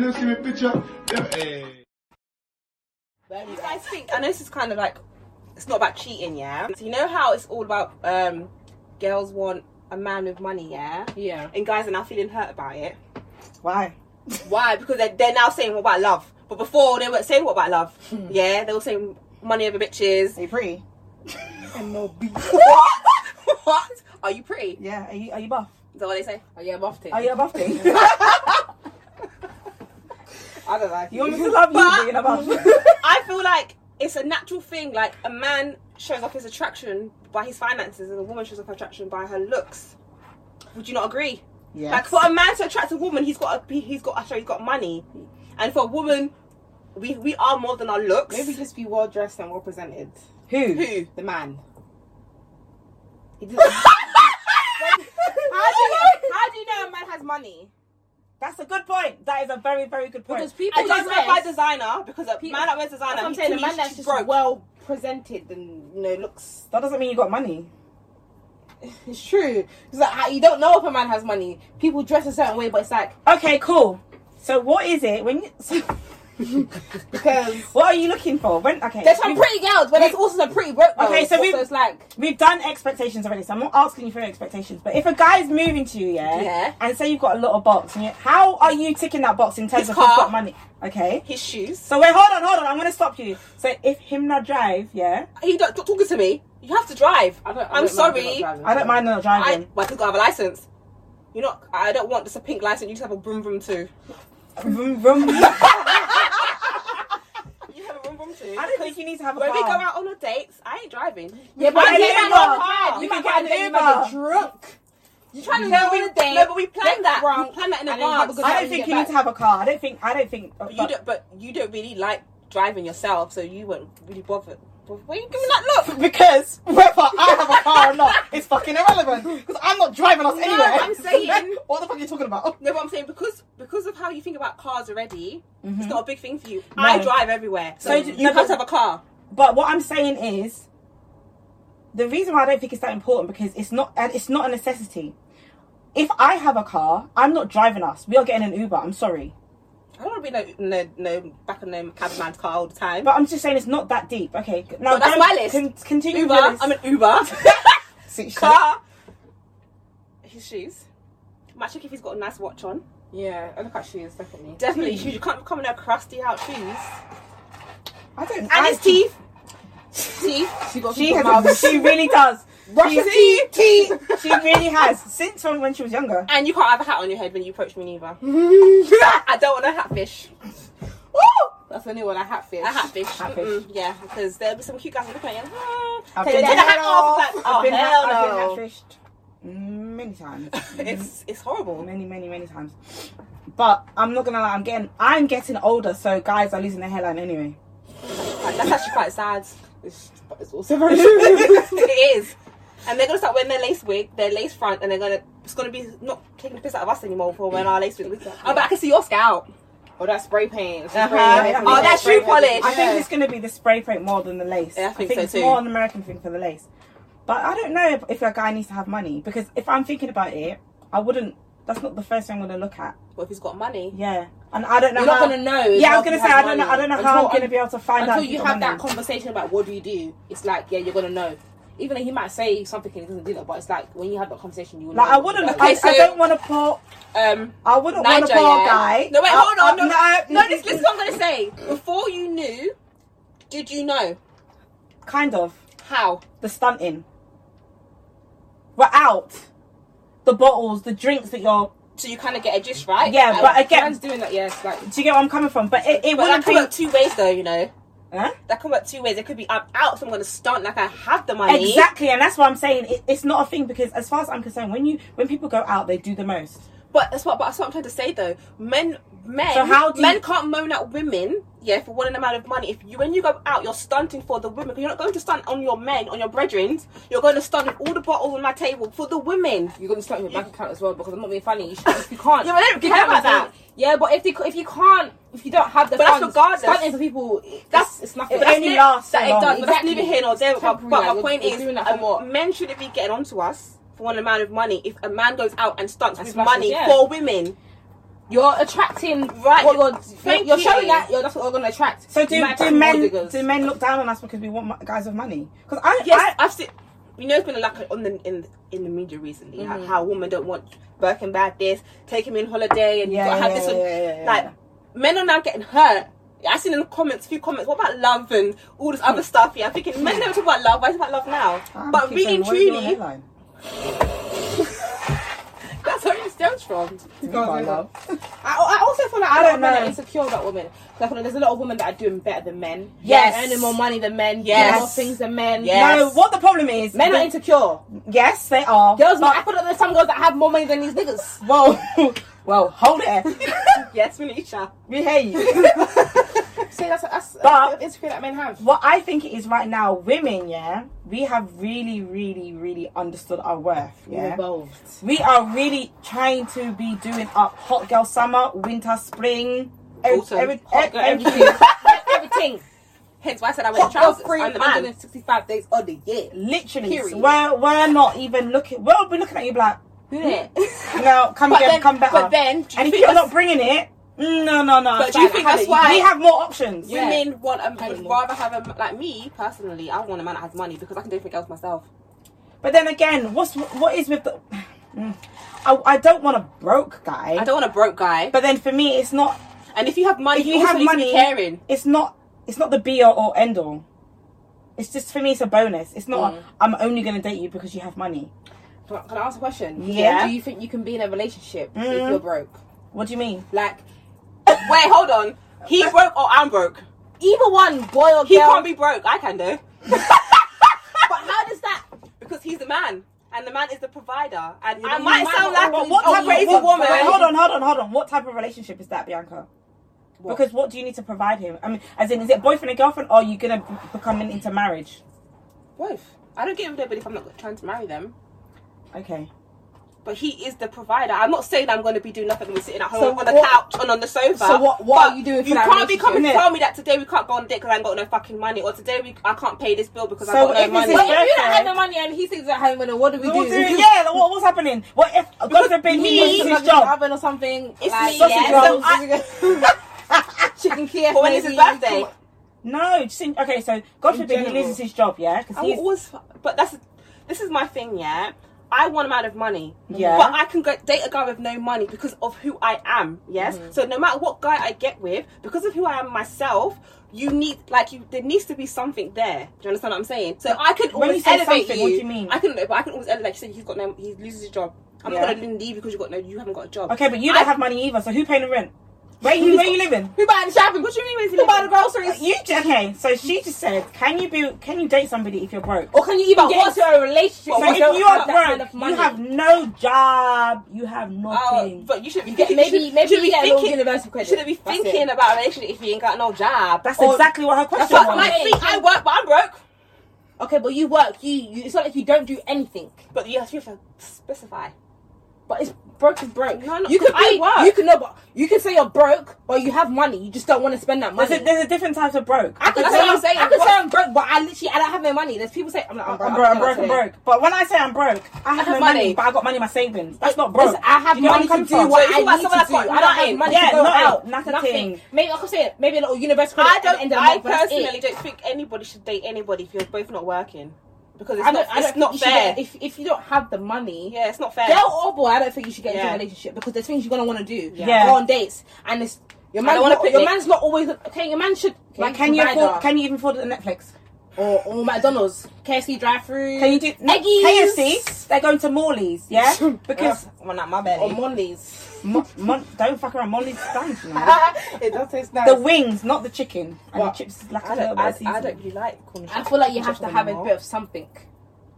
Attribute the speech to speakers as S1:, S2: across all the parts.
S1: them see me picture. Them, hey.
S2: You guys think? I know this is kind of like it's not about cheating, yeah. So you know how it's all about um, girls want a man with money, yeah,
S3: Yeah.
S2: and guys are now feeling hurt about it.
S4: Why?
S2: Why? Because they're, they're now saying what about love, but before they weren't saying what about love. Yeah, they were saying money over bitches.
S4: Are you pretty?
S2: what? What? Are you pretty?
S4: Yeah. Are you, are you buff?
S2: Is that what they say?
S3: Oh yeah, buffed it.
S4: Are you a buff thing?
S2: I don't know.
S4: You want me to love you, but you're not buff.
S2: I feel like it's a natural thing. Like a man shows off his attraction by his finances, and a woman shows off her attraction by her looks. Would you not agree? Like for a man to attract a woman, he's got a, he's got sorry, he's got money, and for a woman, we we are more than our looks.
S3: Maybe just be well dressed and well presented.
S4: Who?
S2: who?
S3: The man. He did
S2: How do, you, how do you know a man has money?
S4: That's a good point. That is a very, very good point.
S3: because people
S2: I don't know
S3: dress-
S2: by designer because a
S3: People-
S2: man that wears designer,
S3: That's what I'm
S2: he's
S3: saying.
S2: too-
S3: A man
S2: he's
S3: that's just
S2: broke.
S3: well presented and you know looks.
S4: that doesn't mean you got money.
S3: It's true. It's like how- you don't know if a man has money. People dress a certain way, but it's like
S4: Okay, cool. So what is it when? You, so,
S3: because
S4: what are you looking for? When? Okay.
S3: there's some
S4: we've-
S3: pretty girls, but there's also some pretty broke girls.
S4: Okay, so we-
S3: it's like
S4: We've done expectations already, so I'm not asking you for expectations. But if a guy's moving to you, yeah,
S3: Yeah.
S4: and say you've got a little box, and you, how are you ticking that box in terms
S2: His
S4: of
S2: car.
S4: who's got money? Okay.
S2: his shoes.
S4: So wait, hold on, hold on. I'm gonna stop you. So if him not drive, yeah,
S2: He don't stop talking to me. You have to drive.
S3: I don't, I
S2: I'm
S3: don't mind
S2: sorry.
S3: about driving.
S4: I don't mind not
S2: I
S4: driving.
S2: but I could have a license. You're not. I don't want just a pink license. You just have a broom broom too.
S4: Vroom, vroom. I
S2: You have a broom broom too.
S4: don't think you need to have a
S2: when we go
S4: car.
S2: out on a dates, I ain't driving.
S3: Yeah,
S4: but
S3: but
S4: an
S3: you
S4: Uber.
S3: might not drive.
S4: You
S3: You
S4: can
S3: might
S4: get
S3: get
S4: an
S3: an Uber. You might get
S4: Uber.
S3: drunk.
S2: You're trying to
S3: No,
S2: go
S3: we-
S2: on a date.
S3: no, but
S2: we
S3: planned that.
S2: Drunk,
S3: We
S2: planned
S3: planned
S2: that in
S3: and then have a
S2: advance.
S3: good
S4: I
S3: you
S4: don't think
S3: get
S4: you need
S3: back.
S4: to have a car. I don't think. I don't think.
S2: But you don't. But you don't really like driving yourself, so you weren't really bothered. But Why are you giving that look?
S4: because whether I have a car or not is fucking irrelevant. Because I'm not driving us anywhere.
S2: I'm saying-
S4: what the fuck are you talking about?
S2: No, but I'm saying because because of how you think about cars already, it's not a big thing for you. I
S4: No.
S2: drive everywhere, Mm-hmm. so,
S4: So
S2: you
S4: no,
S2: have
S4: but-
S2: to have a car.
S4: But what I'm saying is, the reason why I don't think it's that important because it's not and it's not a necessity. If I have a car, I'm not driving us. We are getting an Uber. I'm sorry,
S2: I don't want to be no no no back in no cabman's car all the time.
S4: but I'm just saying it's not that deep. Okay, now
S2: Well, that's
S4: go-
S2: my list.
S4: continue.
S2: Uber,
S4: with your list.
S2: I'm an Uber.
S4: See, shut up.
S2: car. His shoes. Might check if he's got a nice watch on.
S3: Yeah, I look at shoes definitely.
S2: Definitely shoes. You can't come in there crusty out shoes.
S4: I don't.
S2: And
S4: I,
S2: his teeth. teeth.
S3: She got
S4: She has. She really does.
S3: Russian tea, tea.
S4: She really has since when, when she was younger.
S2: And you can't have a hat on your head when you approach me neither. I don't want a hatfish.
S3: That's the new one. I hat fish.
S2: A hatfish.
S4: Hatfish.
S2: Mm-mm, yeah, because there'll be some cute guys looking at you. "Ah,
S4: I've
S2: take
S4: been-
S2: the hat off. Like,
S4: I've
S2: oh,
S4: been,
S2: hell
S4: I've
S2: no.
S4: been hatfished many times.
S3: Um,
S2: It's, it's horrible.
S4: many many many times but i'm not gonna lie i'm getting i'm getting older so guys are losing their hairline anyway
S2: Like, that's actually quite sad.
S3: It's, but it's also very true.
S2: it is. And they're gonna start wearing their lace wig, their lace front, and they're gonna it's gonna be not taking the piss out of us anymore for
S3: Mm.
S2: wearing our lace wig. Oh, but I can see your scalp.
S3: or that Oh, spray paint. It's
S4: Uh-huh.
S3: spray paint.
S4: Oh, that
S2: shoe polish.
S4: i
S3: Yeah.
S4: think it's gonna be the spray paint more than the lace
S2: Yeah, I think so
S4: it's
S2: too.
S4: more an american thing for the lace but i don't know if, if a guy needs to have money because if i'm thinking about it i wouldn't that's not the first thing i'm gonna look at
S2: Well, if he's got money, Uh-huh.
S4: yeah and i don't know
S3: You're
S4: how
S3: not gonna know.
S4: yeah i was
S3: until
S4: gonna
S3: you
S4: say
S3: have
S4: i don't know i
S3: money.
S4: don't know
S3: Until-
S4: how i'm gonna be able to find out
S3: until
S4: if
S3: you
S4: he's got
S3: have that
S4: money.
S3: conversation about what do you do. It's like yeah, you're gonna know. Even though he might say something and he doesn't do that, but it's like when you have that conversation, you will
S4: like
S3: know
S4: i wouldn't look
S3: what
S4: I,
S3: you
S2: Okay,
S4: I
S2: so-
S4: don't want to pour
S2: um,
S4: i wouldn't want to
S2: Niger,
S4: pour a
S2: yeah.
S4: guy Uh,
S2: No, wait,
S4: I-
S2: hold on,
S4: I-
S2: no, no, this, this is what I'm gonna say. Before you knew, did you know
S4: kind of
S2: how?
S4: the stunting. We're out. The bottles, the drinks that you're.
S2: So you kind of get a gist, right?
S4: Yeah, but
S3: do.
S4: again,
S3: Man's doing that, yes. like
S4: do you get where I'm coming from? But it, it
S2: but that
S4: wouldn't
S2: can
S4: be.
S2: work two ways, though. You know,
S4: Huh?
S2: that can work two ways. It could be I'm out, so I'm gonna stunt like I have the money.
S4: Exactly, and that's why I'm saying it, it's not a thing because, as far as I'm concerned, when you when people go out, they do the most.
S2: But that's what, but that's what I'm trying to say though. Men, men,
S4: So how do
S2: men
S4: you-
S2: can't moan at women, yeah, for wanting amount of money. If you, when you go out, you're stunting for the women. 'Cause You're not going to stunt on your men, on your brethren. You're going to stunt on all the bottles on my table for the women.
S3: you're gonna start with your bank account as well because I'm not being funny. You, should, if you can't,
S2: Yeah, but I don't
S3: if
S2: care
S3: you can't
S2: about
S3: have
S2: that.
S3: it- Yeah, but if they, if you can't, if you don't have the
S2: But that's
S3: funds,
S2: regardless.
S3: stunting for people,
S2: That's-
S3: that's it's nothing.
S4: It
S2: that's
S4: only
S2: neither-
S4: lasts so
S2: That it
S4: long.
S2: does, but that's
S3: Exactly.
S2: neither here nor there.
S3: It's
S2: But, but
S3: temporary,
S2: my
S3: like,
S2: point
S3: you're
S2: is,
S3: doing that for
S2: um,
S3: what?
S2: men shouldn't be getting onto us for one amount of money. If a man goes out and stunts
S3: And
S2: with
S3: splashes,
S2: money
S3: yeah.
S2: for women,
S3: You're attracting
S2: Right.
S3: What you're,
S2: Thank
S3: you're
S2: you.
S3: showing that you're, that's what you're going to attract.
S4: So do,
S3: You might
S4: do
S3: attract more
S4: men
S3: diggers.
S4: do men look down on us because we want mu- guys with money? Because I,
S2: Yes, I, have seen. You know, it's been a lack on the in in the media recently. Like
S4: Mm-hmm.
S3: Mhm.
S2: how women don't want Birkin bag this, take him in holiday,
S4: I
S2: and you gotta have this. and- like men are now getting hurt. I seen in the comments, few comments, what about love and all this other stuff? Yeah, I'm thinking men never talk about love. Why is it about love now?
S4: I'm
S2: but
S4: keep
S2: really, and
S4: saying, what is your
S2: truly,
S4: headline?
S2: that's where it stems from.
S4: Think about love.
S3: I, I also feel like
S4: I
S3: I
S4: don't
S3: don't know.
S4: know.
S3: insecure about women. 'Cause I feel like there's a lot of women that are doing better than men.
S4: Yes.
S3: They're earning more money than men.
S2: Yes.
S3: Doing more things than men.
S2: Yes.
S4: No, what the problem is?
S3: Men are
S4: that-
S3: insecure.
S4: yes, they are.
S3: Girls, I feel like there's some girls that have more money than these niggas.
S4: Whoa, well, hold it.
S2: Yes, Manisha.
S4: we hear you.
S3: See, that's that's
S4: But-
S3: that's insecure that men have.
S4: what I think it is right now, women, yeah, we have really, really, really understood our worth. Yeah.
S3: Involved.
S4: We are really trying to be doing up hot girl summer, winter, spring, ev-
S2: Autumn.
S4: every-
S3: Hot
S4: ev-
S3: girl,
S4: everything.
S3: everything. Everything.
S2: Hence why I said I wear
S3: Hot girl
S2: trousers.
S3: free.
S2: I'm the man.
S3: 365 days of the year.
S4: Literally,
S3: Period.
S4: So we're we're not even looking. Well, we're looking at you like,
S3: Yeah.
S4: no, come
S3: But
S4: again,
S3: then-
S4: come better.
S3: But then,
S4: and if
S2: think
S4: you're
S2: that's-
S4: not bringing it, mm, no, no, no.
S2: But
S4: it's
S2: do you
S4: like,
S2: think
S4: have
S2: that's
S4: it.
S2: why-
S4: we have more options?
S3: Yeah.
S2: Women want a, would
S3: Pay more.
S2: rather have a like me personally. I want a man that has money because I can do everything else myself.
S4: But then again, what's what is with the? Mm. I, I don't want a broke guy.
S2: I don't want a broke guy.
S4: But then for me, it's not
S2: and if you have money,
S4: if
S2: you,
S4: you
S2: also
S4: have
S2: need to be
S4: money-
S2: caring.
S4: it's not it's not the be all or end all. It's just for me, it's a bonus. It's not.
S3: Mm.
S4: I'm only gonna date you because you have money.
S3: Can can I ask a question?
S4: Yeah.
S3: Do you think you can be in a relationship
S4: Mhm.
S2: Mm.
S3: if you're broke?
S4: What do you mean?
S3: Like,
S2: Wait, hold on. He broke or I'm broke.
S3: either one, boy or girl.
S2: He can't be broke. I can do.
S3: But how does that?
S2: because he's the man, and the man is the provider. And
S3: Yeah,
S2: I
S3: but you
S2: might
S3: might
S2: sound
S3: not
S2: like
S4: But
S3: always-
S4: what
S2: a
S4: type
S2: crazy
S4: of what,
S2: woman.
S4: wait, hold on, hold on, hold on. What type of relationship is that, Bianca?
S3: What?
S4: Because what do you need to provide him? I mean, as in, is it boyfriend and girlfriend, or are you gonna b- become an- into marriage?
S2: Both. I don't get with anybody if I'm not trying to marry them.
S4: Okay.
S2: But he is the provider. I'm not saying I'm going to be doing nothing. We're sitting at home
S3: So
S2: on the
S3: what-
S2: couch and on the sofa.
S3: So what- what
S2: But
S3: are you doing for
S2: You
S3: that
S2: can't be coming to
S4: relationship?
S2: tell me that today we can't go on a date because I ain't got no fucking money, or today we I can't pay this bill because
S4: So
S2: I
S4: if
S2: got
S4: it's
S2: no money.
S4: his
S3: But if you
S4: Birthday.
S3: don't have the money and he sits at home, then what do we
S4: What
S3: do?
S4: do you- yeah, like, what, what's happening? What if God forbid
S2: me-
S4: he loses
S3: Like
S4: his
S3: an
S4: job?
S3: oven or something.
S2: It's
S3: like,
S2: me,
S4: sausage
S2: yeah.
S4: rolls.
S2: So I,
S3: chicken Kiev.
S2: but when it's his
S3: maybe.
S2: birthday,
S4: No, just in, okay. So God
S3: In
S4: forbid he
S3: general.
S4: loses his job, yeah,
S2: I
S4: because
S2: will
S4: he's
S2: always. But that's this is my thing, yeah. I want him out of money.
S4: Yeah.
S2: But I can go date a guy with no money because of who I am. Yes.
S4: Mm-hmm.
S2: So no matter what guy I get with, because of who I am myself, you need like you there needs to be something there. Do you understand what I'm saying? So I can
S4: When you
S2: always
S4: say
S2: elevate
S4: something,
S2: you.
S4: what do you mean?
S2: I can, but I can always elevate. Like you said, he's got no, he loses his job. I'm
S4: Yeah.
S2: not gonna leave because you got no, you haven't got a job.
S4: okay. But you don't
S2: oh. I-
S4: have money either. So who paying the rent? Where you where you living?
S3: Who buying the shopping?
S2: What do you mean? where's he
S3: Who buying the
S2: living?
S3: groceries?
S4: You okay? So she just said, can you be can you date somebody if you're broke?
S3: Or can you even
S2: But
S3: get
S2: what's-
S3: into a relationship?
S2: but
S4: So
S3: with
S4: if
S2: what's
S3: that
S4: you are
S3: kind
S4: broke,
S3: of money?
S4: you have no job, you have
S2: Oh,
S4: nothing.
S2: but you should be
S3: You get-
S2: thinking-
S3: maybe
S2: should-
S3: maybe
S2: should
S3: you
S2: be
S3: get a little
S2: thinking.
S3: universal credit.
S2: Shouldn't be
S3: That's it.
S2: thinking about a relationship if you ain't got no job.
S4: That's
S3: or-
S4: exactly what her question
S2: Fuck
S3: what
S4: was.
S2: my
S3: I'm
S2: feet. I
S3: saying.
S2: work, but I'm broke.
S3: Okay, but you work. You, you it's not like you don't do anything.
S2: But you have to specify.
S3: But it's broke is broke.
S2: No, no,
S3: you could be.
S2: 'cause I work.
S3: You can no, but you can say you're broke, but you have money. You just don't want to spend that
S4: There's
S3: money.
S4: a, there's a different type of broke.
S3: I could
S2: That's
S3: say
S2: what
S3: I'm
S2: I'm saying.
S3: I could
S2: What-
S3: say I'm broke, but I literally I don't have no money. There's people say I'm like
S4: I'm broke, I'm broke, I'm broke. But when I say I'm broke, I
S2: have
S4: have no money,
S2: money.
S4: but I got money in my savings. That's not broke.
S3: I have
S4: Do you get where I'm
S3: money to
S4: coming
S3: do
S4: from?
S2: So
S3: what
S2: if
S3: I
S2: you want
S3: need
S2: someone
S3: to
S2: that's
S3: do. I
S2: got
S3: don't have
S2: nothing,
S3: money
S4: yeah,
S3: to go
S4: nothing,
S3: out.
S4: nothing.
S3: Maybe like I'm saying, maybe a little universal credit
S2: I
S3: at the
S2: don't.
S3: end of the
S2: I
S3: month. but that's
S2: personally
S3: it.
S2: don't think anybody should date anybody if you're both not working because it's
S3: I
S2: not.
S3: don't. I
S2: it's
S3: don't
S2: not
S3: think you should
S2: fair.
S3: get- If if you don't have the money,
S2: yeah, it's not fair.
S3: Girl or boy, I don't think you should get into
S2: Yeah.
S3: a relationship because there's things you're gonna want to do.
S4: Yeah.
S3: Go on dates, and it's your
S2: I
S3: man.
S2: don't wanna
S3: Not,
S2: put
S3: your
S2: dick.
S3: man's not always okay. Your man should
S4: Like, can you afford, can you even afford the Netflix?
S3: or, or McDonald's, KFC drive-through.
S4: Can you do
S3: Eggies.
S4: KFC? They're going to Morley's, yeah? Because
S3: oh,
S2: well, not my
S3: or
S2: belly.
S3: Mondays?
S4: Mon- Mon- don't fuck around. Molly's stands, you know.
S3: it does taste nice.
S4: The wings, not the chicken. And
S2: Well,
S4: the chips is like
S2: I
S4: a
S2: don't.
S4: little
S2: I,
S4: bit
S2: I don't
S4: seasoned.
S2: really like corn.
S3: I feel like you have to have a
S2: anymore.
S3: bit of something.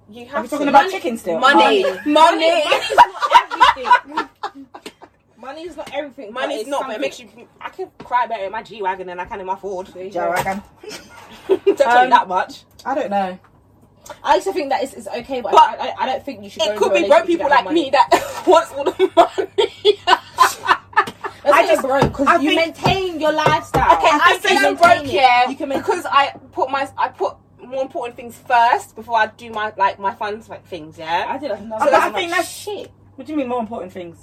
S2: You have
S4: Are we talking
S2: to.
S4: about chicken still?
S2: money,
S4: Oh,
S2: money,
S3: Money, money's not everything. money's not everything. but
S2: money's
S3: it's
S2: not. But it makes
S3: something.
S2: you. I can cry better in my G wagon than I can in my Ford. Don't
S4: Joe Rogan.
S2: tell
S4: Um,
S2: me that much.
S4: I don't know.
S3: I used to think that it's, it's okay, but,
S2: But
S3: I, I, I don't think you should. go
S2: It
S3: into
S2: could
S3: a
S2: be broke
S3: relationship
S2: people
S3: that
S2: like
S3: have money. Oh,
S2: me that wants all the money.
S3: Let's
S4: I
S3: say
S4: just-
S3: broke
S4: I
S3: because you
S4: think-
S3: maintain your lifestyle.
S2: Okay, I, say
S3: you
S2: I'm
S3: maintain
S2: broke,
S3: it.
S2: yeah,
S3: You can maintain.
S2: because I put my I put more important things first before I do my like my fun like things, yeah.
S3: I did. I,
S4: But I think that's-
S3: shit.
S4: What do you mean more important things?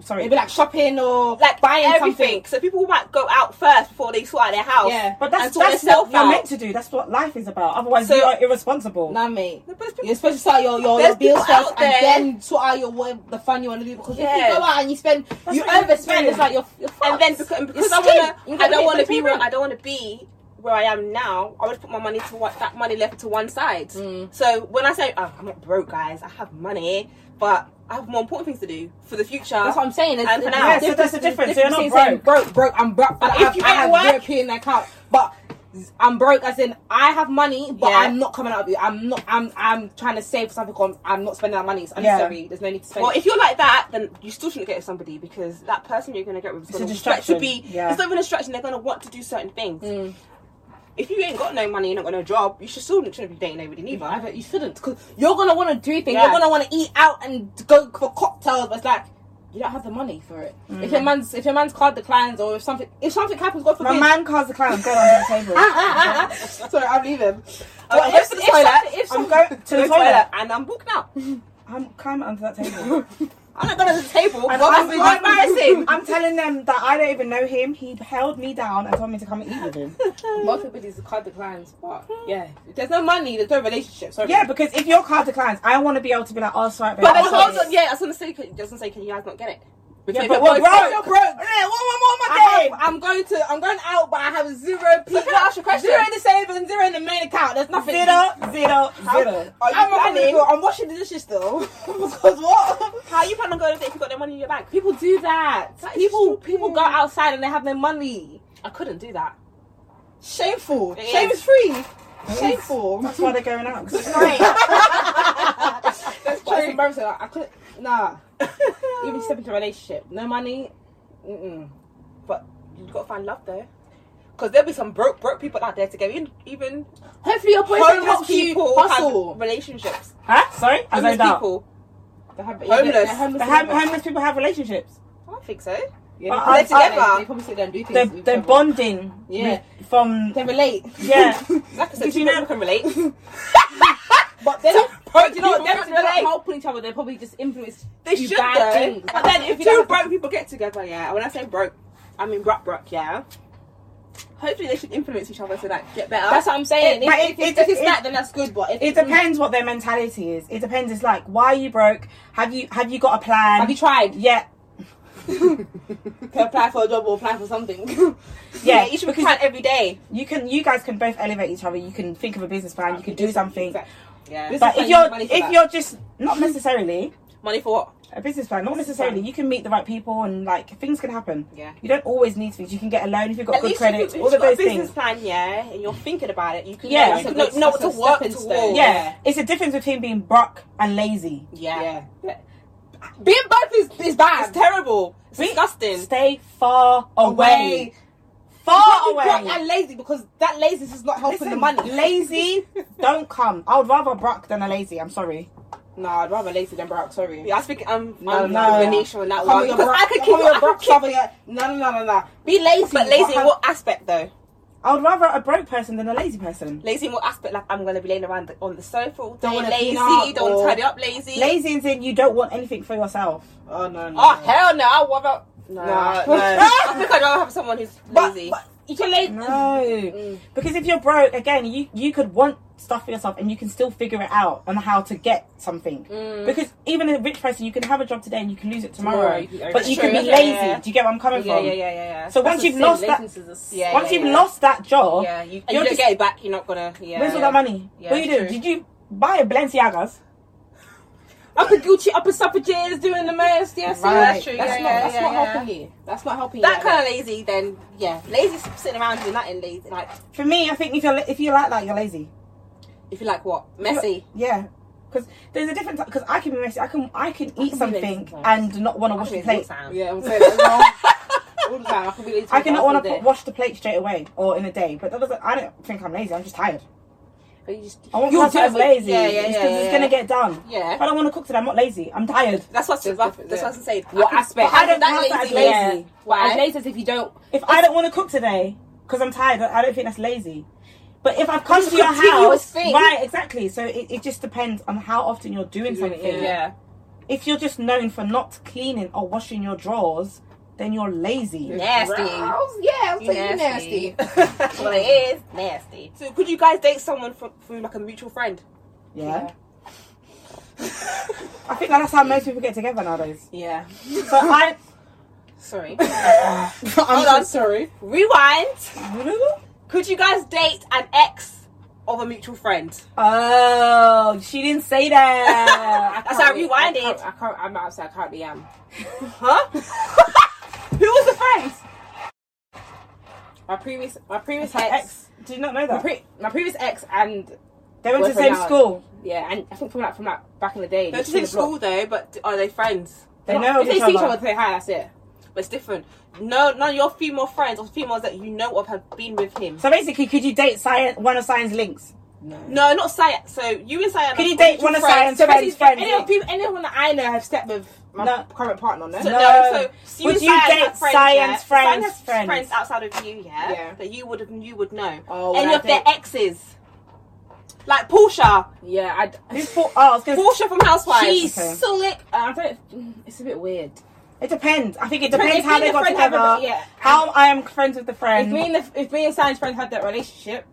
S4: sorry.
S3: Maybe like shopping or
S2: like
S3: buying
S2: everything.
S3: something.
S2: So people might go out first before they sort out their house.
S3: Yeah.
S2: and
S4: But that's,
S2: sort
S4: that's
S2: yourself
S4: what you're
S2: out.
S4: meant to do. That's what life is about. Otherwise,
S2: So-
S4: you are irresponsible.
S3: Nah, mate.
S2: But it's people-
S3: You're supposed to start your, your,
S2: There's
S3: your bills
S2: people
S3: first
S2: out
S3: and
S2: there-
S3: then sort out your what, the fun you want to do because if
S2: Yeah.
S3: you go out and you spend, you
S4: what you
S3: overspend.
S4: do.
S3: It's like you're, you're
S2: and then
S3: fucked.
S2: because, and because
S3: You're
S2: I
S3: skint.
S2: wanna,
S3: You
S2: I
S3: can't
S2: don't
S3: pay
S2: want
S3: for
S2: to be
S3: people.
S2: where I don't want to be where I am now. I would put my money to what that money left to one side.
S3: Mm.
S2: So when I say oh, I'm not broke, guys, I have money, but I have more important things to do for the future.
S3: That's what I'm saying. It's,
S2: And for
S3: it's
S2: now.
S3: the
S2: Yeah, so
S4: that's the difference. So you're not
S3: between saying broke, broke. I'm broke, but
S2: But
S3: I have,
S2: if you
S3: I
S2: ain't
S3: have
S2: work-
S3: European account. But I'm broke, as in I have money, but
S2: Yeah.
S3: I'm not coming out of it. I'm not. I'm. I'm trying to save for something. I'm, I'm not spending that money. It's unnecessary. There's no need to spend.
S2: Well, if you're like that, then you still shouldn't get with somebody because that person you're going to get with is
S4: It's a
S2: going to expect to be.
S4: distraction, yeah.
S2: It's not even a distraction. They're going to want to do certain things.
S3: Mm.
S2: If you ain't got no money, you're not got no job. You should still shouldn't be dating nobody
S3: Either.
S2: neither.
S3: Either. You shouldn't, because you're gonna want to do things.
S2: Yeah.
S3: You're gonna want to eat out and go for cocktails. But it's like you don't have the money for it. If your man's if your man's card declines or if something if something happens, God
S4: My
S3: forbid.
S4: man cars the clown. Go on to the table.
S3: Sorry, I'm leaving.
S2: I'm
S3: Well,
S2: going
S3: if,
S2: to the
S3: if
S2: toilet.
S3: something- if
S4: I'm
S3: something-
S4: going to
S2: Go
S4: the
S2: to the toilet
S4: toilet.
S2: and I'm booked now.
S4: I'm climbing under that table.
S2: I'm not going to the table.
S4: And
S2: What
S4: I'm,
S2: was so embarrassing?
S4: I'm telling them that I don't even know him. He held me down and told me to come and eat with him.
S3: Most people is the card declines, but yeah, if there's no money, there's no relationship. Sorry.
S4: Yeah, because if your car declines, I want to be able to be like, oh, sorry, babe.
S2: But
S4: I'm
S2: then
S4: sorry.
S2: hold on, yeah, I was gonna say, can- just gonna say, can you guys not get it?
S4: Yeah,
S2: if
S4: but
S2: you're
S4: we're
S2: broke- if
S4: broke.
S2: you're broke,
S4: Yeah, what, what, what am I
S3: I
S4: doing?
S3: have, I'm going to I'm going out, but I have zero. P-
S2: can I ask you a question?
S3: Zero in the savings, zero in the main account. There's nothing.
S4: Zero, zero, zero.
S3: Are you
S2: I'm not
S3: I'm,
S2: gonna
S3: planning?
S2: go-
S3: I'm washing the dishes still. because what?
S2: how you plan on going if you've got no money in your bank?
S3: People do that.
S2: That is
S3: people
S2: stupid.
S3: people go outside and they have no money.
S2: I couldn't do that.
S3: Shameful.
S2: It
S3: Shame
S2: is.
S3: is free. Shameful.
S4: That's why they're going out. 'cause it's not-
S3: That's true. embarrassing. I, I couldn't. Nah. Even step into a relationship, no money. Mm-mm.
S2: But you've got to find love though, because there'll be some broke broke people out there to get in. Even
S3: Hopefully your boyfriend
S2: homeless
S3: helps you
S2: people
S3: hustle.
S2: have relationships.
S4: Huh? Sorry? I
S2: Homeless
S4: zoned out.
S2: people,
S3: They have-
S2: Homeless.
S3: yeah, they're homeless.
S4: The hom- homeless people have relationships.
S2: I don't think so.
S3: Yeah,
S4: Uh,
S3: they
S4: uh,
S3: probably sit
S2: uh,
S3: there- They probably sit there and do things.
S4: They're,
S3: with
S4: they're
S3: each other.
S4: bonding.
S3: Yeah.
S4: with- From,
S3: They relate.
S4: yeah.
S2: Like I said,
S4: Did
S2: you
S4: you
S2: know,
S4: know-
S2: can relate.
S3: But they don't.
S2: broke
S3: do you know what?
S2: people
S3: They're
S2: can't
S3: they're not
S2: relate.
S3: helping each other. They probably just influence.
S2: They
S3: you
S2: should
S3: bad
S2: though.
S3: things.
S2: But then if two
S3: you don't-
S2: broke people get together, yeah. When I say broke, I mean broke broke, yeah. Hopefully they should influence each other to like get better.
S3: That's what I'm saying.
S4: It-
S3: if,
S4: but
S3: if,
S4: it-
S3: it's-
S4: it-
S3: if it's
S4: it-
S3: that, then that's good. But if
S4: It depends what their mentality is. It depends. It's like, why are you broke? Have you have you got a plan?
S3: Have you tried
S4: yeah,
S3: to apply for a job or apply for something?
S4: yeah.
S2: you should be
S4: because
S2: trying every day.
S4: you can, you guys can both elevate each other. You can think of a business plan. You can do something.
S3: Exactly.
S2: Yeah.
S3: This-
S4: But
S3: Business
S4: if
S3: plan, you
S4: you're
S3: need money for
S4: if
S3: that.
S4: you're just not necessarily
S2: Money for what?
S4: a business plan, not
S3: Business
S4: necessarily,
S3: plan.
S4: you can meet the right people and like things can happen.
S2: Yeah.
S4: You don't always need things. You can get a loan if you've got
S2: At
S4: good
S2: least
S4: credit.
S2: if you, if
S4: all
S2: you've
S4: of
S2: got a
S4: those
S2: business
S4: things.
S2: plan, yeah, and you're thinking about it, you can
S4: Yeah.
S2: know,
S4: That's
S2: you
S4: a
S2: know,
S3: good-
S2: know what
S3: that's
S2: to
S3: a
S2: work
S3: stepping
S2: towards.
S3: stone.
S4: Yeah. It's a difference between being broke and lazy.
S2: yeah.
S3: Yeah. Being both is, is bad.
S2: It's terrible. It's
S4: Be-
S2: disgusting.
S4: Stay far away. Far
S3: Far away.
S4: away.
S3: Broke and lazy because that laziness is not helping
S4: Listen,
S3: the money.
S4: Lazy, don't come. I would rather broke than a lazy. I'm sorry.
S3: Nah, I'd rather lazy than broke. Sorry.
S2: Yeah, I speak. I'm
S3: No,
S2: I'm
S4: no.
S2: Venetia on that
S3: Come
S2: one
S3: with your
S2: because I
S3: broke-
S2: could keep
S3: come with your
S2: I could
S3: broke
S2: keep-
S3: stuff and your- No, no, no, no, no. Be lazy.
S2: But lazy in
S3: have-
S2: what aspect though?
S4: I would rather a broke person than a lazy person.
S2: Lazy in what aspect? Like I'm gonna be laying around the, on the sofa all
S3: Don't
S2: day,
S3: wanna
S2: lazy.
S3: clean up
S2: don't
S3: or-
S2: wanna tidy up, lazy.
S4: Lazy is in you don't want anything for yourself.
S3: Oh no, no.
S2: Oh hell no! I want to. No,
S3: Nah.
S2: no. I think I'd rather have someone who's
S3: But,
S2: lazy. Mm.
S3: but you can lazy.
S4: No, because if you're broke, again, you you could want stuff for yourself and you can still figure it out on how to get something.
S2: Mm.
S4: Because even a rich person, you can have a job today and you can lose it tomorrow,
S3: Tomorrow, you can-
S4: but you
S2: True,
S4: can be
S2: yeah,
S4: lazy.
S2: yeah.
S4: Do you get where I'm coming
S2: yeah,
S4: from?
S2: yeah, yeah, yeah, yeah.
S4: So once
S3: That's a
S4: you've
S3: sin.
S4: lost that,
S3: Laziness is a sin.
S2: Yeah,
S4: once
S2: yeah,
S4: you've
S2: yeah.
S4: lost that job,
S2: yeah, you, and you
S4: you're
S2: don't
S4: just-
S2: get it back. You're not gonna. Yeah.
S4: where's all that money?
S2: Yeah,
S4: what you do?
S2: true.
S4: Did you buy a Balenciagas?
S3: Up in Gucci, up in suffragettes, doing the most. Yes,
S4: Right.
S3: yes.
S2: That's true.
S3: That's
S2: yeah,
S3: not.
S2: yeah,
S3: that's
S2: yeah,
S3: not
S2: yeah.
S3: helping you. That's not helping
S2: That
S3: you.
S2: kind of lazy, then yeah, lazy s- sitting around doing nothing. Lazy, like
S4: For me, I think if you're if you like that, you're lazy.
S2: if you like what messy.
S4: Yeah, because there's a different because I can be messy. I can I can eat
S3: can be lazy
S4: something
S3: sometimes.
S4: and not want to
S2: I
S4: wash the
S2: think
S4: plate.
S2: it's all time.
S3: Yeah, I'm saying that's wrong. All the time, I can be lazy.
S4: I cannot want
S3: to
S4: to wash the plate straight away or in a day. But that doesn't. I don't think I'm lazy. I'm just tired.
S3: You just,
S4: I won't
S3: You'll
S4: class
S3: do
S4: it
S3: it
S4: as
S3: with-
S4: lazy.
S2: yeah, yeah,
S4: it's
S2: yeah,
S4: just,
S2: yeah,
S4: it's
S2: yeah.
S4: gonna get done.
S2: Yeah.
S4: If I don't want to cook today, I'm not lazy. I'm tired.
S2: That's what.
S3: There's
S2: That's,
S3: different-
S2: that's
S3: yeah.
S2: what I'm saying.
S3: What
S2: I can-
S3: aspect?
S2: but I
S4: I
S2: don't
S4: don't
S2: that
S4: class that
S2: lazy.
S4: as lazy.
S2: lazy. Why?
S3: As lazy as if you don't.
S4: If I don't want to cook today because I'm tired, I don't think that's lazy. But if I've come
S3: It's a
S4: to your
S3: continuous
S4: house,
S3: thing.
S4: right? Exactly. So it, it just depends on how often you're doing
S3: Doing it,
S4: something.
S3: yeah.
S2: Yeah.
S4: If you're just known for not cleaning or washing your drawers, then you're lazy.
S2: Nasty.
S3: Gross. Yeah, I was
S2: You
S3: saying
S2: nasty.
S3: nasty.
S2: That's what it is. Nasty. So could you guys date someone from, from like a mutual friend?
S4: Yeah. I think that's how most people get together nowadays.
S3: Yeah.
S4: So I.
S2: Sorry.
S4: Hold
S2: on.
S4: sorry.
S2: Rewind. Could you guys date an ex of a mutual friend?
S4: Oh, she didn't say that.
S2: That's how I
S3: I
S2: rewinded.
S3: can't, I can't, um. I'm outside, I currently am.
S2: Huh?
S4: Who was the friend?
S3: My previous, my previous
S4: Her
S3: ex,
S4: ex. Did you not know
S3: my,
S4: that?
S3: pre- my previous ex, and
S4: they went to the
S3: Boyfriend
S4: same
S3: out.
S4: school.
S3: yeah, and I think from like from like back in the day.
S2: They're just
S3: they
S2: in
S3: see the block.
S2: school though, but d- are they friends?
S4: They
S3: Not-
S4: know
S3: if
S4: of
S3: they
S4: each
S3: see each
S4: other.
S3: other, say hi. That's it.
S2: But it's different. No, none of your female friends or females that you know of have been with him.
S4: So basically, could you date science, one of science links?
S2: No, not Saya. So you and Saya.
S4: Could you date one of science
S3: So
S4: friends?
S3: basically,
S4: friends
S3: any of people, anyone that I know have stepped with my
S4: No.
S3: current partner. No,
S2: So, no.
S4: No.
S2: so
S4: Would
S2: and
S4: you
S2: Saya
S4: date
S2: have friends,
S4: science
S2: yeah?
S4: friends,
S2: Saya has
S4: friends?
S2: friends outside of you, yeah,
S3: Yeah.
S2: that you would have, you would know.
S3: Oh,
S2: Any
S3: well, I
S2: of their
S3: date-
S2: exes, like Portia,
S3: yeah, I.
S4: Who thought? Oh, I was gonna.
S2: Portia from Housewives.
S4: She's
S2: Okay.
S3: slick. Uh, I don't. It's a bit weird.
S4: It depends. I think it
S3: Depends-
S4: depends
S3: if
S4: how
S3: me
S4: they
S3: and
S4: got
S3: the friend have
S4: together.
S3: a- yeah.
S4: How I am friends with the
S3: If
S4: friend.
S3: me and the, if me and Science friend had that relationship,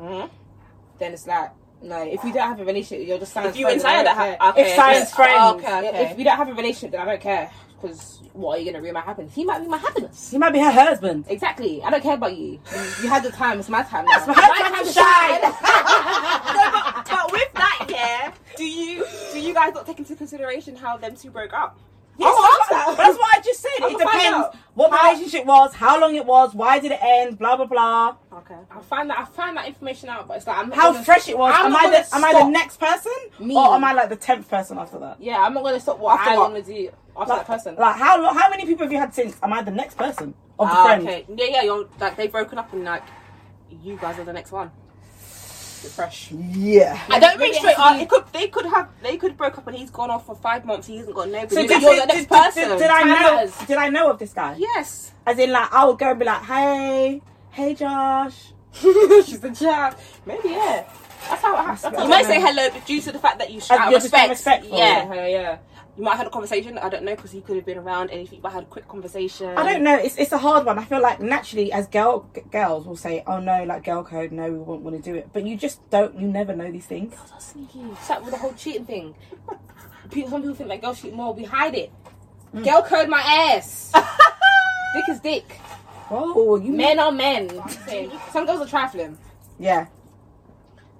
S2: Mhm.
S3: then it's like no. If we don't have a relationship, you're just Science.
S2: If you
S3: friend,
S2: and Saya
S3: then I
S2: that
S3: don't care.
S2: have, okay,
S4: If Saya's
S2: yeah.
S4: friends.
S2: Oh, okay,
S3: If-
S2: okay.
S3: If we don't have a relationship, then I don't care. Because what are you gonna ruin my happiness? He might ruin my happiness.
S4: he might be her husband.
S3: Exactly. I don't care about you. You had the time. It's my time. Now.
S4: my time to
S2: No, but, but with that, yeah, do you do you guys not take into consideration how them two broke up?
S4: Yes,
S3: Oh,
S4: that's,
S3: I'm
S4: what,
S3: sorry.
S4: that's what I just said.
S3: I'm
S4: it
S3: gonna find
S4: depends
S3: out.
S4: what the
S3: How-
S4: relationship was, how long it was, why did it end, blah blah blah.
S2: Okay.
S3: I find that I find that information out, but it's like I'm not
S4: How
S3: gonna-
S4: fresh it was.
S3: I'm
S4: am
S3: not
S4: I
S3: gonna
S4: the am I the
S3: stop.
S4: next person,
S3: Me.
S4: or am I like the tenth person after that?
S3: Yeah, I'm not gonna stop what
S4: After
S3: I
S4: what?
S3: want to do after
S4: Like,
S3: that person.
S4: like how long? How many people have you had since? Am I the next person of the
S2: Ah,
S4: friend?
S2: okay. Yeah, yeah. You're like they've broken up and like you guys are the next one.
S3: fresh.
S4: Yeah.
S2: I don't mean
S3: really
S2: straight.
S3: has to
S2: up.
S3: be-
S2: It could they could have they could broke up and he's gone off for five months. He hasn't got nobody.
S4: So
S2: You're
S4: did,
S2: like, you're
S4: did,
S2: the next
S4: did- did-
S2: person.
S4: did I know?
S3: Tyler's.
S4: Did I know of this guy?
S2: Yes.
S4: As in, like I would go and be like, "Hey, hey, Josh."
S3: She's the child. Maybe yeah. That's how it happens.
S2: You might say hello, but due to the fact that you
S4: Uh,
S2: out of
S4: you're just being
S2: respect,
S4: respectful.
S2: yeah,
S3: Yeah, yeah.
S2: you might have had a conversation. I don't know because he could have been around anything, but I had a quick conversation.
S4: I don't know. It's it's a hard one. I feel like naturally, as girl g- girls will say, "Oh no, like girl code, no, we won't want to do it." But you just don't. You never know these things.
S3: That's sneaky. It's like with the whole cheating thing. People, some people think that girls cheat more. We hide it.
S2: Mm.
S3: Girl code my ass. dick is dick.
S4: Oh, you
S3: Men are men. some girls are trifling.
S4: Yeah.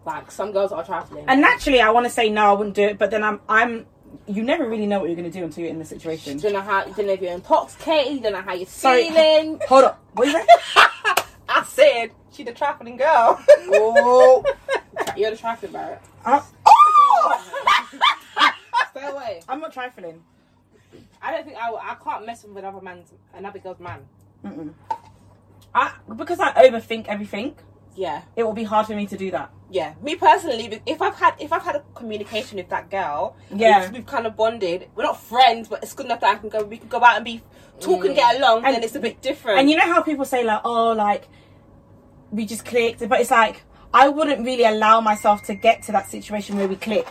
S3: Like some girls are trifling.
S4: And naturally, I want to say no, I wouldn't do it. But then I'm I'm. You never really know what you're going to do until you're in the situation.
S3: you don't know how. You don't know if you're intoxicated. You don't know how you're
S4: Sorry.
S3: feeling.
S4: Hold up. What is that?
S2: I said she the traveling girl.
S4: oh.
S3: You're the trifling Barrett.
S4: I- oh!
S3: Stay away.
S4: I'm not trifling.
S3: I don't think I. will- I can't mess with another man's another girl's man.
S4: Mm-mm. I because I overthink everything.
S2: yeah,
S4: It will be hard for me to do that.
S2: yeah. Me personally, if I've had if I've had a communication with that girl,
S4: Yeah.
S2: we've, we've kind of bonded. We're not friends, but it's good enough that I can go. We can go out and be talk
S3: Mm.
S2: and get along.
S4: And-
S2: then it's a bit different.
S4: And you know how people say like, oh, like we just clicked, but it's like I wouldn't really allow myself to get to that situation where we click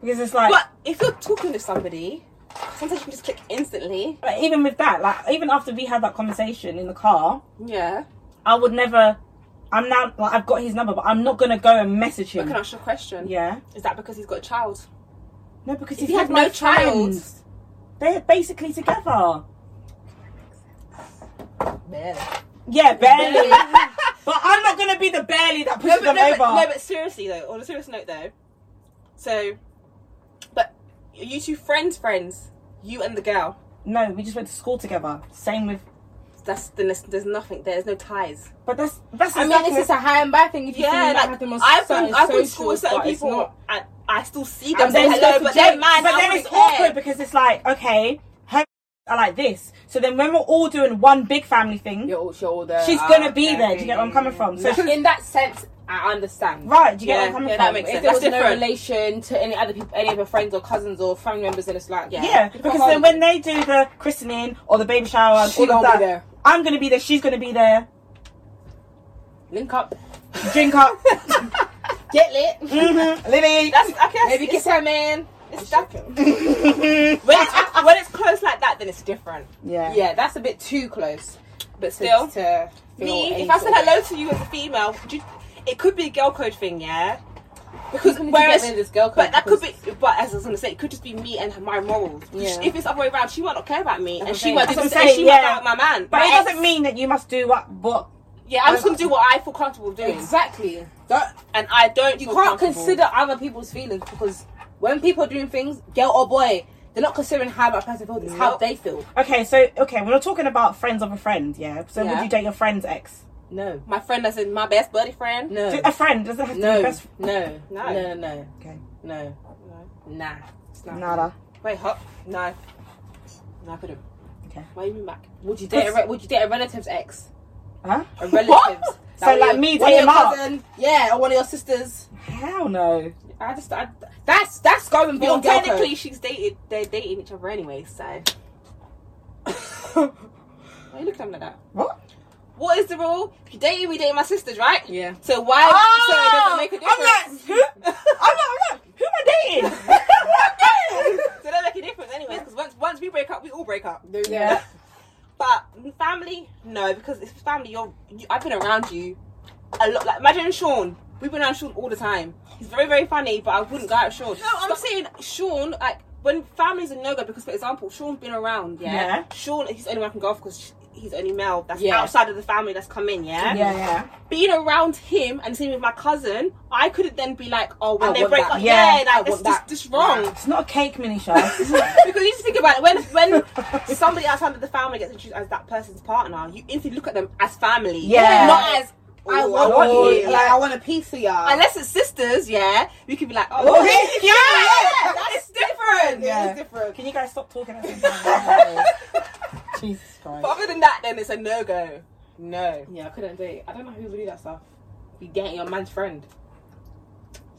S4: because it's like.
S2: but if you're talking to somebody, sometimes you can just click instantly.
S4: but even with that, like even after we had that conversation in the car,
S2: Yeah.
S4: I would never. I'm now like I've got his number, but I'm not gonna go and message
S2: But
S4: him.
S2: can I ask you a question?
S4: yeah.
S2: Is that because he's got a child?
S4: No, because
S2: If
S4: he's
S2: he had
S4: had no
S2: no child-
S4: friends. They're basically together.
S3: Man.
S4: Yeah, barely.
S3: Barely.
S4: but I'm not gonna be the barely
S2: no,
S4: that pushes
S2: but,
S4: them
S2: no,
S4: over.
S2: But, no, but seriously though, on a serious note though. So, but are you two friends, friends, you and the girl.
S4: No, we just went to school together. Same with,
S2: That's then there's, there's nothing. There's no ties.
S4: but that's that's.
S3: I mean,
S4: exactly-
S3: it's just a high and bad thing. If you
S2: Yeah,
S3: yeah,
S2: like I've gone, I've gone to school with certain people, and I still see them.
S4: And then
S2: say
S4: it's
S2: hello,
S4: got
S2: but
S4: to
S2: they're
S4: Jake.
S2: mad.
S4: But
S2: I
S4: then
S2: wouldn't
S4: it's awkward
S2: care.
S4: because it's like, okay, her are like this. So then when we're all doing one big family thing,
S3: You're all- you're all there.
S4: she's
S3: Ah,
S4: gonna be
S3: okay.
S4: there. Do you get where I'm coming from? So
S3: Like,
S4: she,
S3: in that sense, I understand.
S4: right, do you get where
S2: Yeah,
S4: I'm coming
S2: yeah,
S4: from?
S2: that makes
S3: If
S2: sense.
S3: there
S2: That's
S3: was no
S2: different.
S3: relation to any other people, any of your friends or cousins or family members, then it's like, yeah,
S4: Yeah, because then when they do the christening or the baby shower and
S3: She
S4: all of
S3: gonna
S4: that,
S3: be there.
S4: I'm gonna be there. She's gonna be there.
S3: link up,
S4: Drink up,
S3: get lit,
S4: hmm Livy.
S2: That's okay.
S3: maybe
S2: it's,
S3: kiss her man.
S2: It's different. when, it's, when it's close like that, then it's different.
S4: Yeah.
S3: Yeah, that's a bit too close.
S2: But
S3: to-
S2: still,
S3: to feel
S2: me,
S3: any
S2: if I said
S3: sort of-
S2: hello to you as a female, would you, it could be a girl code thing, yeah. Because
S3: Even if you get
S2: whereas,
S3: rid of this girl code,
S2: but that could
S3: because-
S2: be. But as I was gonna say, it could just be me and my morals.
S3: Yeah.
S2: If it's the other way around, she might not care about me, and
S3: That's
S2: she
S3: what
S2: might
S3: I'm
S2: do
S4: saying.
S2: and she might
S4: Yeah.
S2: care about my man.
S4: But
S2: My
S4: it
S2: ex-
S4: doesn't mean that you must do what what.
S2: Yeah, I'm just gonna do what I feel comfortable doing,
S3: exactly. Don't,
S2: and I don't.
S3: you
S2: feel
S3: can't
S2: comfortable.
S3: consider other people's feelings because when people are doing things, girl or boy, they're not considering how that person feels. It's how
S2: Nope.
S3: they feel.
S4: Okay, so okay, we're not talking about friends of a friend, yeah. So would
S3: Yeah.
S4: you date your friend's ex?
S3: No,
S2: my friend as in my best buddy friend.
S3: no,
S4: Do-
S3: no,
S4: A friend doesn't have to
S3: no,
S4: be best.
S3: no, no,
S2: No.
S3: no, no,
S4: Okay.
S3: no, nah. It's not.
S4: Nada.
S2: Wait, hop. No. No, I couldn't.
S4: Okay.
S2: Why you mean back?
S3: Would you date? A re- would you date a relative's ex?
S4: Huh?
S3: A relative's.
S4: So like me,
S3: one
S4: take
S3: of your
S4: him out.
S3: cousin, yeah, or one of your sisters.
S4: Hell no.
S3: I just, I, that's that's going
S2: Well,
S3: beyond girl code.
S2: technically, she's dated. They're dating each other anyway, so. Why are you looking at me like that?
S4: What?
S2: What is the rule? If you dating, we dating my sisters, right?
S3: Yeah.
S2: So why? so it doesn't
S3: Oh!
S2: make a
S4: Ah! I'm like,
S2: difference.
S4: who? I'm like, I'm like, who am I dating? Who am I dating?
S2: so that make a difference anyway, because once once we break up, we all break up.
S3: There we go.
S4: Yeah.
S2: But family, no, because it's family. You're, you, I've been around you a lot. Like imagine Sean. We've been around Sean all the time. He's very, very funny, but I wouldn't go out with Sean. No, I'm saying Sean. Like when families are no go, because for example, Sean's been around. Yeah.
S4: Yeah.
S2: Sean, he's the only one who can go off because he's the only male that's
S3: Yeah.
S2: outside of the family that's come in. Yeah.
S4: Yeah, yeah.
S2: Being around him and seeing with my cousin, I couldn't then be like, oh, when
S3: I
S2: they
S3: want
S2: break
S3: that.
S2: up,
S4: Yeah,
S2: yeah,
S3: I
S2: like
S3: want
S2: that's
S3: that.
S2: just, just wrong
S4: It's not a cake, Minisha.
S2: because you just think about it when when somebody outside of the family gets introduced as that person's partner, you instantly look at them as family,
S4: Yeah.
S2: not as
S3: I
S2: "Ooh,
S3: want,
S4: want
S3: you.
S4: you.
S3: Like, I want a piece of y'all.
S2: Unless it's sisters, yeah, we could be like, oh,
S4: Oh,
S2: yeah,
S4: yeah, yeah.
S2: that's different.
S4: Yeah.
S3: It's different.
S4: Can you guys stop talking? at the same time? Jesus
S2: But
S4: Christ.
S2: other than that, then it's a no go. No,
S3: Yeah, I couldn't date. I don't know who would do that stuff. Be dating your man's friend.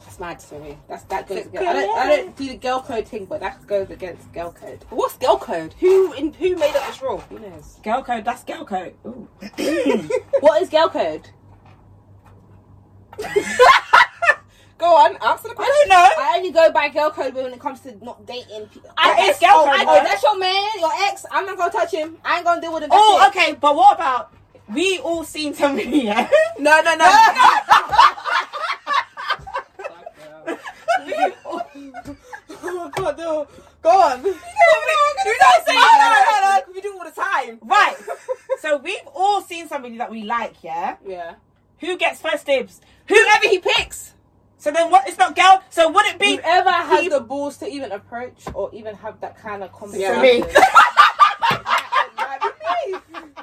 S3: That's mad to me. That's that goes against. I don't, I don't do the girl code thing, but that goes against girl code.
S2: what's girl code? Who in who made up this rule?
S3: Who knows?
S4: Girl code. That's girl code. Ooh.
S3: what is girl code?
S2: Go on, answer the question.
S4: I don't know.
S3: I only go by girl code when it comes to not dating people.
S4: That
S3: I
S4: is
S3: guess
S4: girl
S3: oh,
S4: code,
S3: I-
S4: though.
S3: oh, that's your man, your ex. I'm not gonna touch him. I ain't gonna deal with him. That's
S4: Oh,
S3: it.
S4: okay. But what about we all seen somebody? Yeah.
S2: No, no, no. oh God, no. Go on. You don't say
S4: that.
S2: no, no, no. We do all the time.
S4: Right. So we've all seen somebody that we like. Yeah.
S2: Yeah.
S4: Who gets first dibs? Whoever he picks.
S2: Picks.
S4: So then what? It's not girl. So would it be?
S3: Whoever has
S4: He-
S3: the balls to even approach or even have that kind of
S4: For
S3: conversation.
S4: me.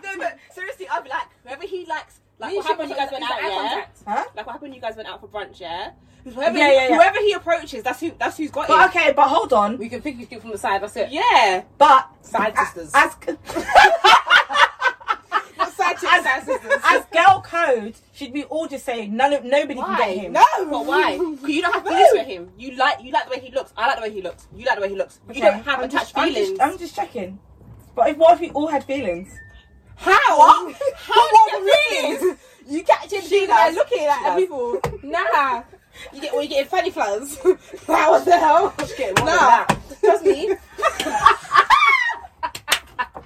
S2: No, but seriously, I'd be like, whoever he likes. Like what
S3: Leadership
S2: happened when you
S3: is-
S2: guys went
S3: is
S2: out,
S3: eye
S2: yeah?
S3: contact.
S4: Huh?
S2: Like what happened when you guys went out for brunch, yeah? Whoever,
S4: Yeah,
S2: he,
S4: yeah, yeah.
S2: whoever he approaches, that's who that's who's got
S4: But
S2: it.
S4: okay. But hold on.
S3: We can pick you two from the side. That's it.
S2: Yeah.
S4: But
S3: Side sisters.
S4: as
S3: side chicks,
S4: as-
S3: side sisters.
S4: as girl code, should we all just say none? of Nobody can
S2: Why?
S4: get him.
S3: No.
S2: But why? 'Cause You don't have feelings for him. You like you like the way he looks. I like the way he looks. You like the way he looks. You
S4: Okay,
S2: don't have
S4: I'm
S2: attached
S4: just- I'm
S2: feelings.
S4: just- I'm just checking. But if what if we all had feelings?
S2: How?
S3: What
S2: How
S3: would
S2: you
S3: You catching
S2: She
S3: people
S2: does.
S3: and looking
S2: She
S3: at
S2: does.
S3: people. Nah. You get, well, you getting fanny flowers. How was the hell?
S2: getting more than
S3: Nah. Trust me.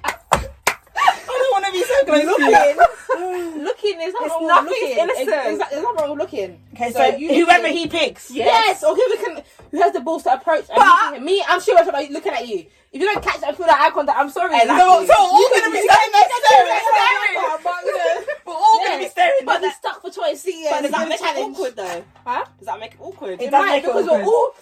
S4: I don't want to be so close. to you.
S3: Looking. looking is not
S2: It's
S3: wrong with
S2: nothing
S3: looking.
S2: innocent.
S3: It's, it's, not- there's nothing wrong with looking.
S4: Okay, so, whoever he picks.
S2: Yeah.
S3: Yes, or whoever can who has the balls to approach and
S4: But-
S3: looking at me, I'm sure I'm looking at you. If you don't catch that and feel that eye contact, I'm sorry.
S4: So, so we're all gonna be staring, staring, staring.
S3: staring.
S4: We're all gonna be
S3: Yes.
S4: staring.
S3: But
S4: But
S3: they're stuck for 20 years.
S2: But does that
S3: It's
S2: make it
S3: challenge.
S2: awkward though?
S3: Huh?
S2: Does that make it awkward?
S4: It does
S3: It might,
S4: make it
S3: because
S4: awkward.
S3: we're all.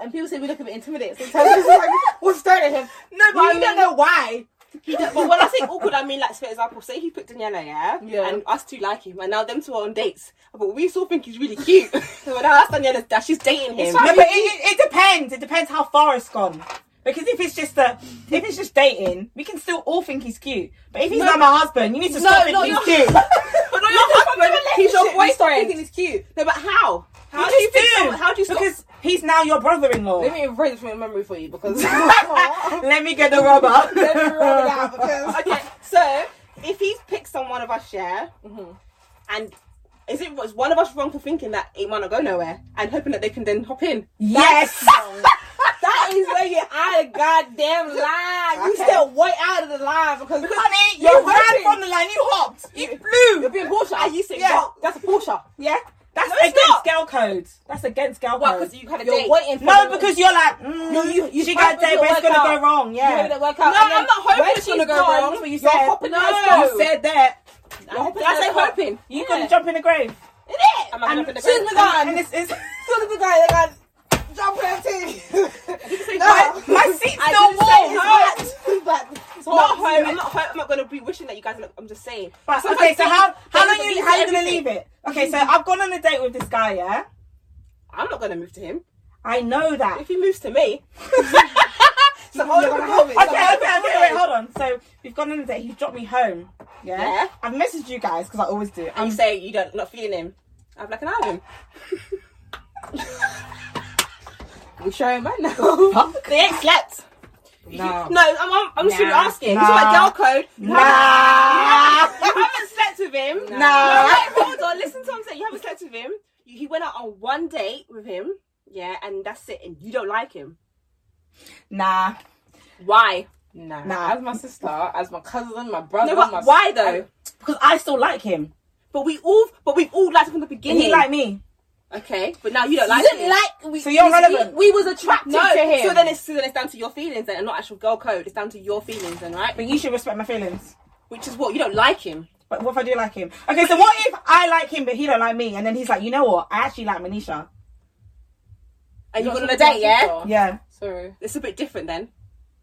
S3: And people say we look a bit intimidated. Sometimes it's like, we're staring at him.
S4: no, but
S3: we
S4: I mean,
S3: don't know why.
S2: Yeah, but when I say awkward, I mean like, for example, say he picked Daniela, yeah,
S3: Yeah.
S2: and us two like him, and now them two are on dates, but we still think he's really cute. so when I asked Daniela that she's dating him,
S4: no, but it, it, it depends. It depends how far it's gone. Because if it's just a, if it's just dating, we can still all think he's cute. But if he's
S3: No.
S4: not my husband, you need to
S3: No,
S4: stop
S3: no,
S4: thinking
S3: you're-
S4: he's cute.
S2: but not your husband, he's your boyfriend.
S3: Thinking it's cute.
S2: No, but how? How
S4: You
S2: do you
S4: just
S2: pick someone? How do you stop?
S4: Because he's now your brother-in-law.
S3: Let me erase from your memory for you because.
S4: Let me get the rubber.
S3: Let me rub it out because.
S2: okay, so if he's picked someone of us, yeah,
S4: Mm-hmm.
S2: and is it was one of us wrong for thinking that it might not go nowhere and hoping that they can then hop in?
S4: Yes.
S3: That out is waiting out of goddamn line. You still way out of the line because,
S4: Honey,
S3: you're
S4: you ran
S3: hoping-
S4: from the line. You hopped. You
S3: you're
S4: flew.
S3: being bullshit.
S2: And you said,
S3: yeah,
S2: "Well."
S3: that's a bullshit.
S4: Yeah. That's
S2: it's
S4: against
S2: not.
S4: girl code. That's against girl
S2: What?
S4: code.
S2: Because Oh, you had a
S3: You're
S2: date.
S3: waiting. For
S4: No,
S3: the-
S4: because you're like, mm,
S3: No, you- you
S4: she got
S3: hoping
S4: there,
S3: it'll
S4: but it's
S3: work
S4: gonna
S3: out.
S4: go wrong.
S3: you
S4: Yeah.
S3: hoping it work out.
S2: No,
S3: and then
S2: I'm not hoping
S3: when
S2: it's
S3: she's
S2: gonna go
S3: gone,
S2: wrong.
S3: But you
S4: You're
S3: said
S4: hopping
S3: no.
S2: out.
S4: You said that.
S3: You're hoping
S2: That's
S3: it's
S2: like
S3: gone.
S2: hoping.
S4: You
S3: Yeah.
S4: couldn't jump in the grave.
S3: It is.
S2: Am I
S4: And
S2: gonna put the
S3: soon
S2: grave-
S3: as I-
S4: And it's, it's
S3: Soon as the guy, they got jump everything.
S4: my, my seat's
S3: I
S4: still
S3: didn't say
S4: warm.
S3: it's hot. It's hot. It's
S2: I'm not
S3: hot.
S2: home. I'm not home. I'm not gonna be wishing that you guys. Look, I'm just saying.
S4: But,
S2: Sometimes
S4: okay, so
S2: things-
S4: how how
S2: things
S4: long
S2: are
S4: you
S2: easy
S4: how you gonna
S2: everything.
S4: leave it? Okay, so I've gone on a date with this guy. Yeah,
S2: I'm not gonna move to him.
S4: I know that.
S2: If he moves to me,
S3: So hold on, hold it.
S4: Okay, okay, okay, wait, wait, hold on. So we've gone on a date. He's dropped me home. Yeah.
S2: Yeah.
S4: I've messaged you guys because I always do.
S2: and
S4: I'm
S2: you say you don't not feeling him, I'm like an album.
S3: We showing man now.
S2: They ain't slept.
S3: No.
S2: No, I'm I'm, I'm just really
S3: Oh. Nah.
S2: asking. It's like
S4: Nah.
S2: girl code.
S4: nah.
S2: You haven't slept with him.
S3: Nah.
S2: No,
S4: Nah.
S2: wait, hold on. Listen to what I'm saying. You haven't slept with him. You, he went out on one date with him. Yeah, and that's it. And you don't like him.
S4: Nah.
S2: Why?
S3: Nah.
S4: Nah.
S3: As my sister, as my cousin, my brother,
S2: No, but
S3: my
S2: why though?
S4: Because I still like him.
S2: But we all, but we all liked him from the
S4: And
S2: beginning.
S4: he like me.
S2: okay, but now you don't
S3: You
S2: like
S3: didn't
S2: him.
S3: like. We,
S4: So you're
S3: we-
S4: relevant.
S3: We, we was attracted
S2: no,
S3: to him.
S2: so then it's so then it's down to your feelings then, and not actual girl code. It's down to your feelings then, right?
S4: But you should respect my feelings.
S2: Which is what you don't like him.
S4: But what if I do like him? Okay, so what if I like him but he don't like me? And then he's like, you know what? I actually like Manisha.
S2: Are you
S3: You're
S2: going on
S3: not
S2: a date?
S3: talking to
S2: Yeah,
S3: my sister.
S4: Yeah.
S3: Sorry.
S2: it's a bit different then.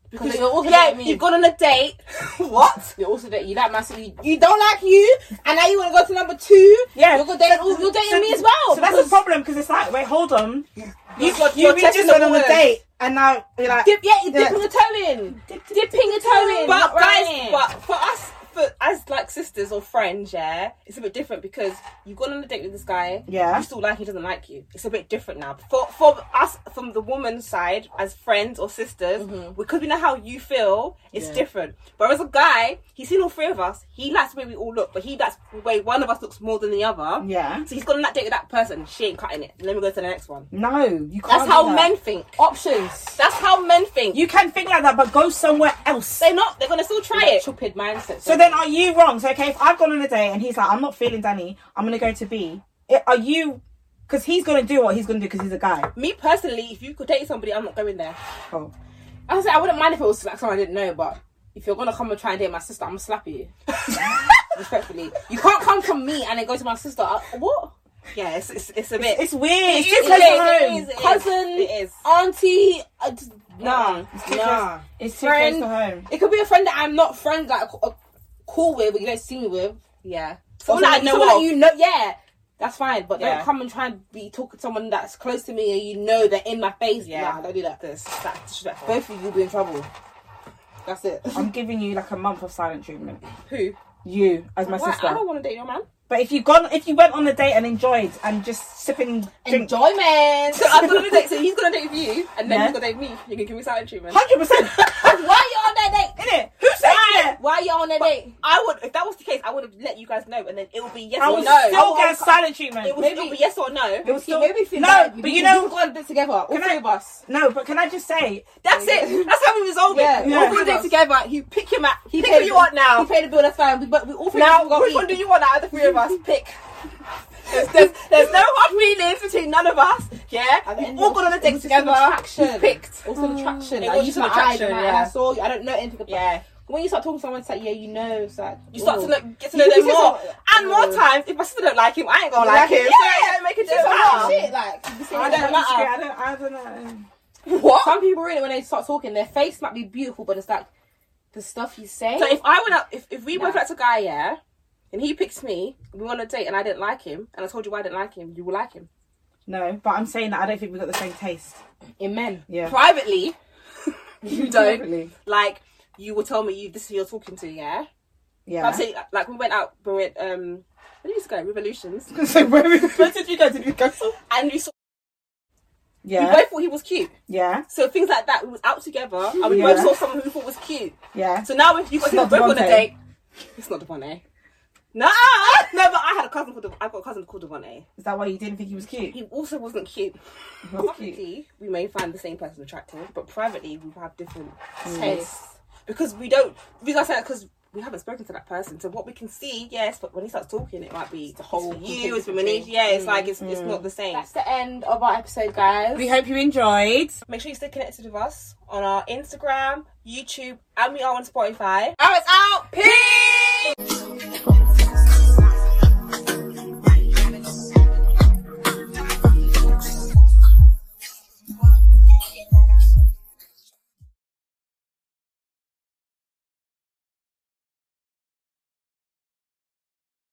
S3: Because you're also
S2: yeah,
S3: like me.
S2: you've gone on a date. what?
S3: You're also that you like my sister. You, you don't like you, and now you want to go to number two.
S4: Yeah.
S3: You're, gonna date, you're dating me as well.
S4: So that's the problem because it's like, wait, hold on. You,
S2: got-
S4: you
S2: you're
S4: we just
S2: testing the
S4: went on a
S2: waters.
S4: date and now you're like,
S3: Dip, yeah, you're
S4: Yeah.
S3: dipping your toe in. Dipping your toe in.
S2: But
S3: not
S2: guys,
S3: running.
S2: but for us, for as like sisters or friends, yeah, it's a bit different because you've gone on a date with this guy.
S4: Yeah.
S2: you still like he doesn't like you. It's a bit different now. For for us, from the woman's side, as friends or sisters,
S4: Mm-hmm.
S2: because we know how you feel, it's
S3: Yeah.
S2: different. But as a guy, he's seen all three of us. He likes the way we all look, but he likes the way one of us looks more than the other.
S4: yeah.
S2: So he's gone on that date with that person. She ain't cutting it. Let me go to the next one.
S4: No, you can't.
S2: That's
S4: do
S2: how
S4: that.
S2: men think.
S3: options.
S2: That's how men think.
S4: You can think like that, but go somewhere else.
S2: they're not. They're gonna still try it.
S3: Stupid mindset.
S4: So then, are you wrong? So okay, if I've gone on a date and he's like, "I'm not feeling Danny. I'm gonna go to B." i- Are you? Because he's gonna do what he's gonna do because he's a guy.
S2: Me personally, if you could date somebody, I'm not going there.
S4: Oh.
S3: I was like, I wouldn't mind if it was like someone I didn't know, but if you're gonna come and try and date my sister, I'm gonna slap you. Respectfully, you can't come to me and then go to my sister. I, what?
S2: Yeah, it's, it's, it's a bit.
S4: It's weird. It's
S2: It
S4: too
S2: is,
S4: close
S2: it
S4: to
S2: is,
S4: home.
S2: it is.
S3: Cousin.
S2: It is.
S3: Auntie? I just- nah,
S4: It's too
S3: nah.
S4: close. It's too close
S3: Friend.
S4: to home.
S3: It could be a friend that I'm not friends like uh, cool with, but you don't see me with.
S2: Yeah.
S3: Or
S2: Someone that I
S3: someone-
S2: know
S3: someone that
S2: of.
S3: you know, yeah. That's fine, but
S2: Yeah.
S3: don't come and try and be talking to someone that's close to me and you know they're in my face.
S2: Yeah.
S3: Yeah, nah, don't do that.
S2: This, that disrespectful.
S3: Both of you be in trouble. That's it.
S4: I'm giving you like a month of silent treatment.
S2: Who?
S4: You as my
S2: Why? I
S4: sister.
S2: don't want to date your man.
S4: But if you gone, if you went on a date and enjoyed and just sipping drink,
S3: Enjoyment.
S2: So I'm gonna date. So he's gonna date you, and then
S4: Yeah.
S2: he's gonna date me. You can give me silent treatment.
S4: hundred percent.
S3: Why you on that date?
S4: In it? Who said that?
S3: Why you on that date?
S2: I would, if that was the case, I would have let you guys know, and then it would be yes
S4: I
S2: or
S4: was
S2: no.
S4: still
S3: I
S4: get
S3: was-
S4: silent treatment.
S2: it would
S3: maybe-
S2: still be yes or no.
S4: It was still-
S3: Maybe feel
S4: no,
S3: bad.
S4: but you know,
S3: we've got to do together. All
S4: Can
S3: three
S4: I-
S3: of us.
S4: no. But can I just say,
S2: That's it. That's how we resolve it.
S3: Yeah.
S2: We're
S4: Yeah.
S2: all gonna date together. You pick him out.
S3: He
S2: Pick
S3: paid
S2: who
S3: the
S2: you
S3: bill-
S2: want now.
S3: He paid the bill. That's fine. We, but we all three
S2: Now,
S3: of us
S2: which
S3: got
S2: one do you want out of the three of us? Pick. There's, there's, there's no hard feelings between none of us. Yeah,
S3: And then
S2: we've all gone on a
S3: it
S2: date
S3: was just
S2: together.
S3: an attraction.
S2: We picked.
S3: Also the attraction.
S2: It
S3: I
S2: was
S3: used
S2: just
S3: my
S2: an
S3: eyes
S2: attraction,
S3: and I,
S2: yeah.
S3: and I saw you. I don't know anything about.
S2: Yeah.
S3: When you start talking to someone, it's like, yeah, you know, it's like
S2: You start
S3: ooh.
S2: to look, get to
S3: You
S2: know them
S3: think
S2: more,
S3: it's a-
S2: and more times. If I still don't like him, I ain't gonna
S3: Like
S2: like him.
S3: it.
S2: So it don't make a
S3: It's a lot of
S2: difference. Oh,
S3: shit. Like you see
S4: I
S3: what
S4: don't,
S3: I'm saying?
S4: disagree. I don't, I don't know.
S2: What?
S3: Some people really, when they start talking, their face might be beautiful, but it's like the stuff you say.
S2: So if I went up, if, if we both
S3: Nah.
S2: liked a guy, yeah, and he picks me, we went on a date, and I didn't like him, and I told you why I didn't like him, you will like him
S4: No, but I'm saying that I don't think we got the same taste.
S3: in men,
S4: Yeah.
S2: privately. you don't
S4: Definitely.
S2: like. You will tell me you this is who you're talking to, yeah.
S4: Yeah.
S2: I'm saying, like, we went out, we went, um, where did we go? Revolutions.
S4: so where, we, where did you go? Did we go? to-
S2: And we saw, we
S4: Yeah.
S2: both thought he was cute.
S4: Yeah.
S2: So things like that, we was out together, and we
S4: Yeah.
S2: both saw someone who we thought was cute.
S4: Yeah.
S2: So now if you got
S4: It's not
S2: both on a
S4: Devontae.
S2: date, it's not the one, eh? No, no, but I had a cousin called called. A, I've got a cousin called Devonte.
S4: Is that why you didn't think he was cute?
S2: He also wasn't cute.
S4: Not cute.
S2: Publicly, we may find the same person attractive, but privately, we have different tastes because we don't. We got that because we haven't spoken to that person. So what we can see, yes, but when he starts talking, it might be the whole
S3: whole
S2: you. It's for
S3: completely
S2: Manish. Yeah, it's like it's, it's not the same.
S3: That's the end of our episode, guys.
S4: We hope you enjoyed.
S2: Make sure you stay connected with us on our Instagram, YouTube, and we are on Spotify.
S4: Oh, it's out. Peace.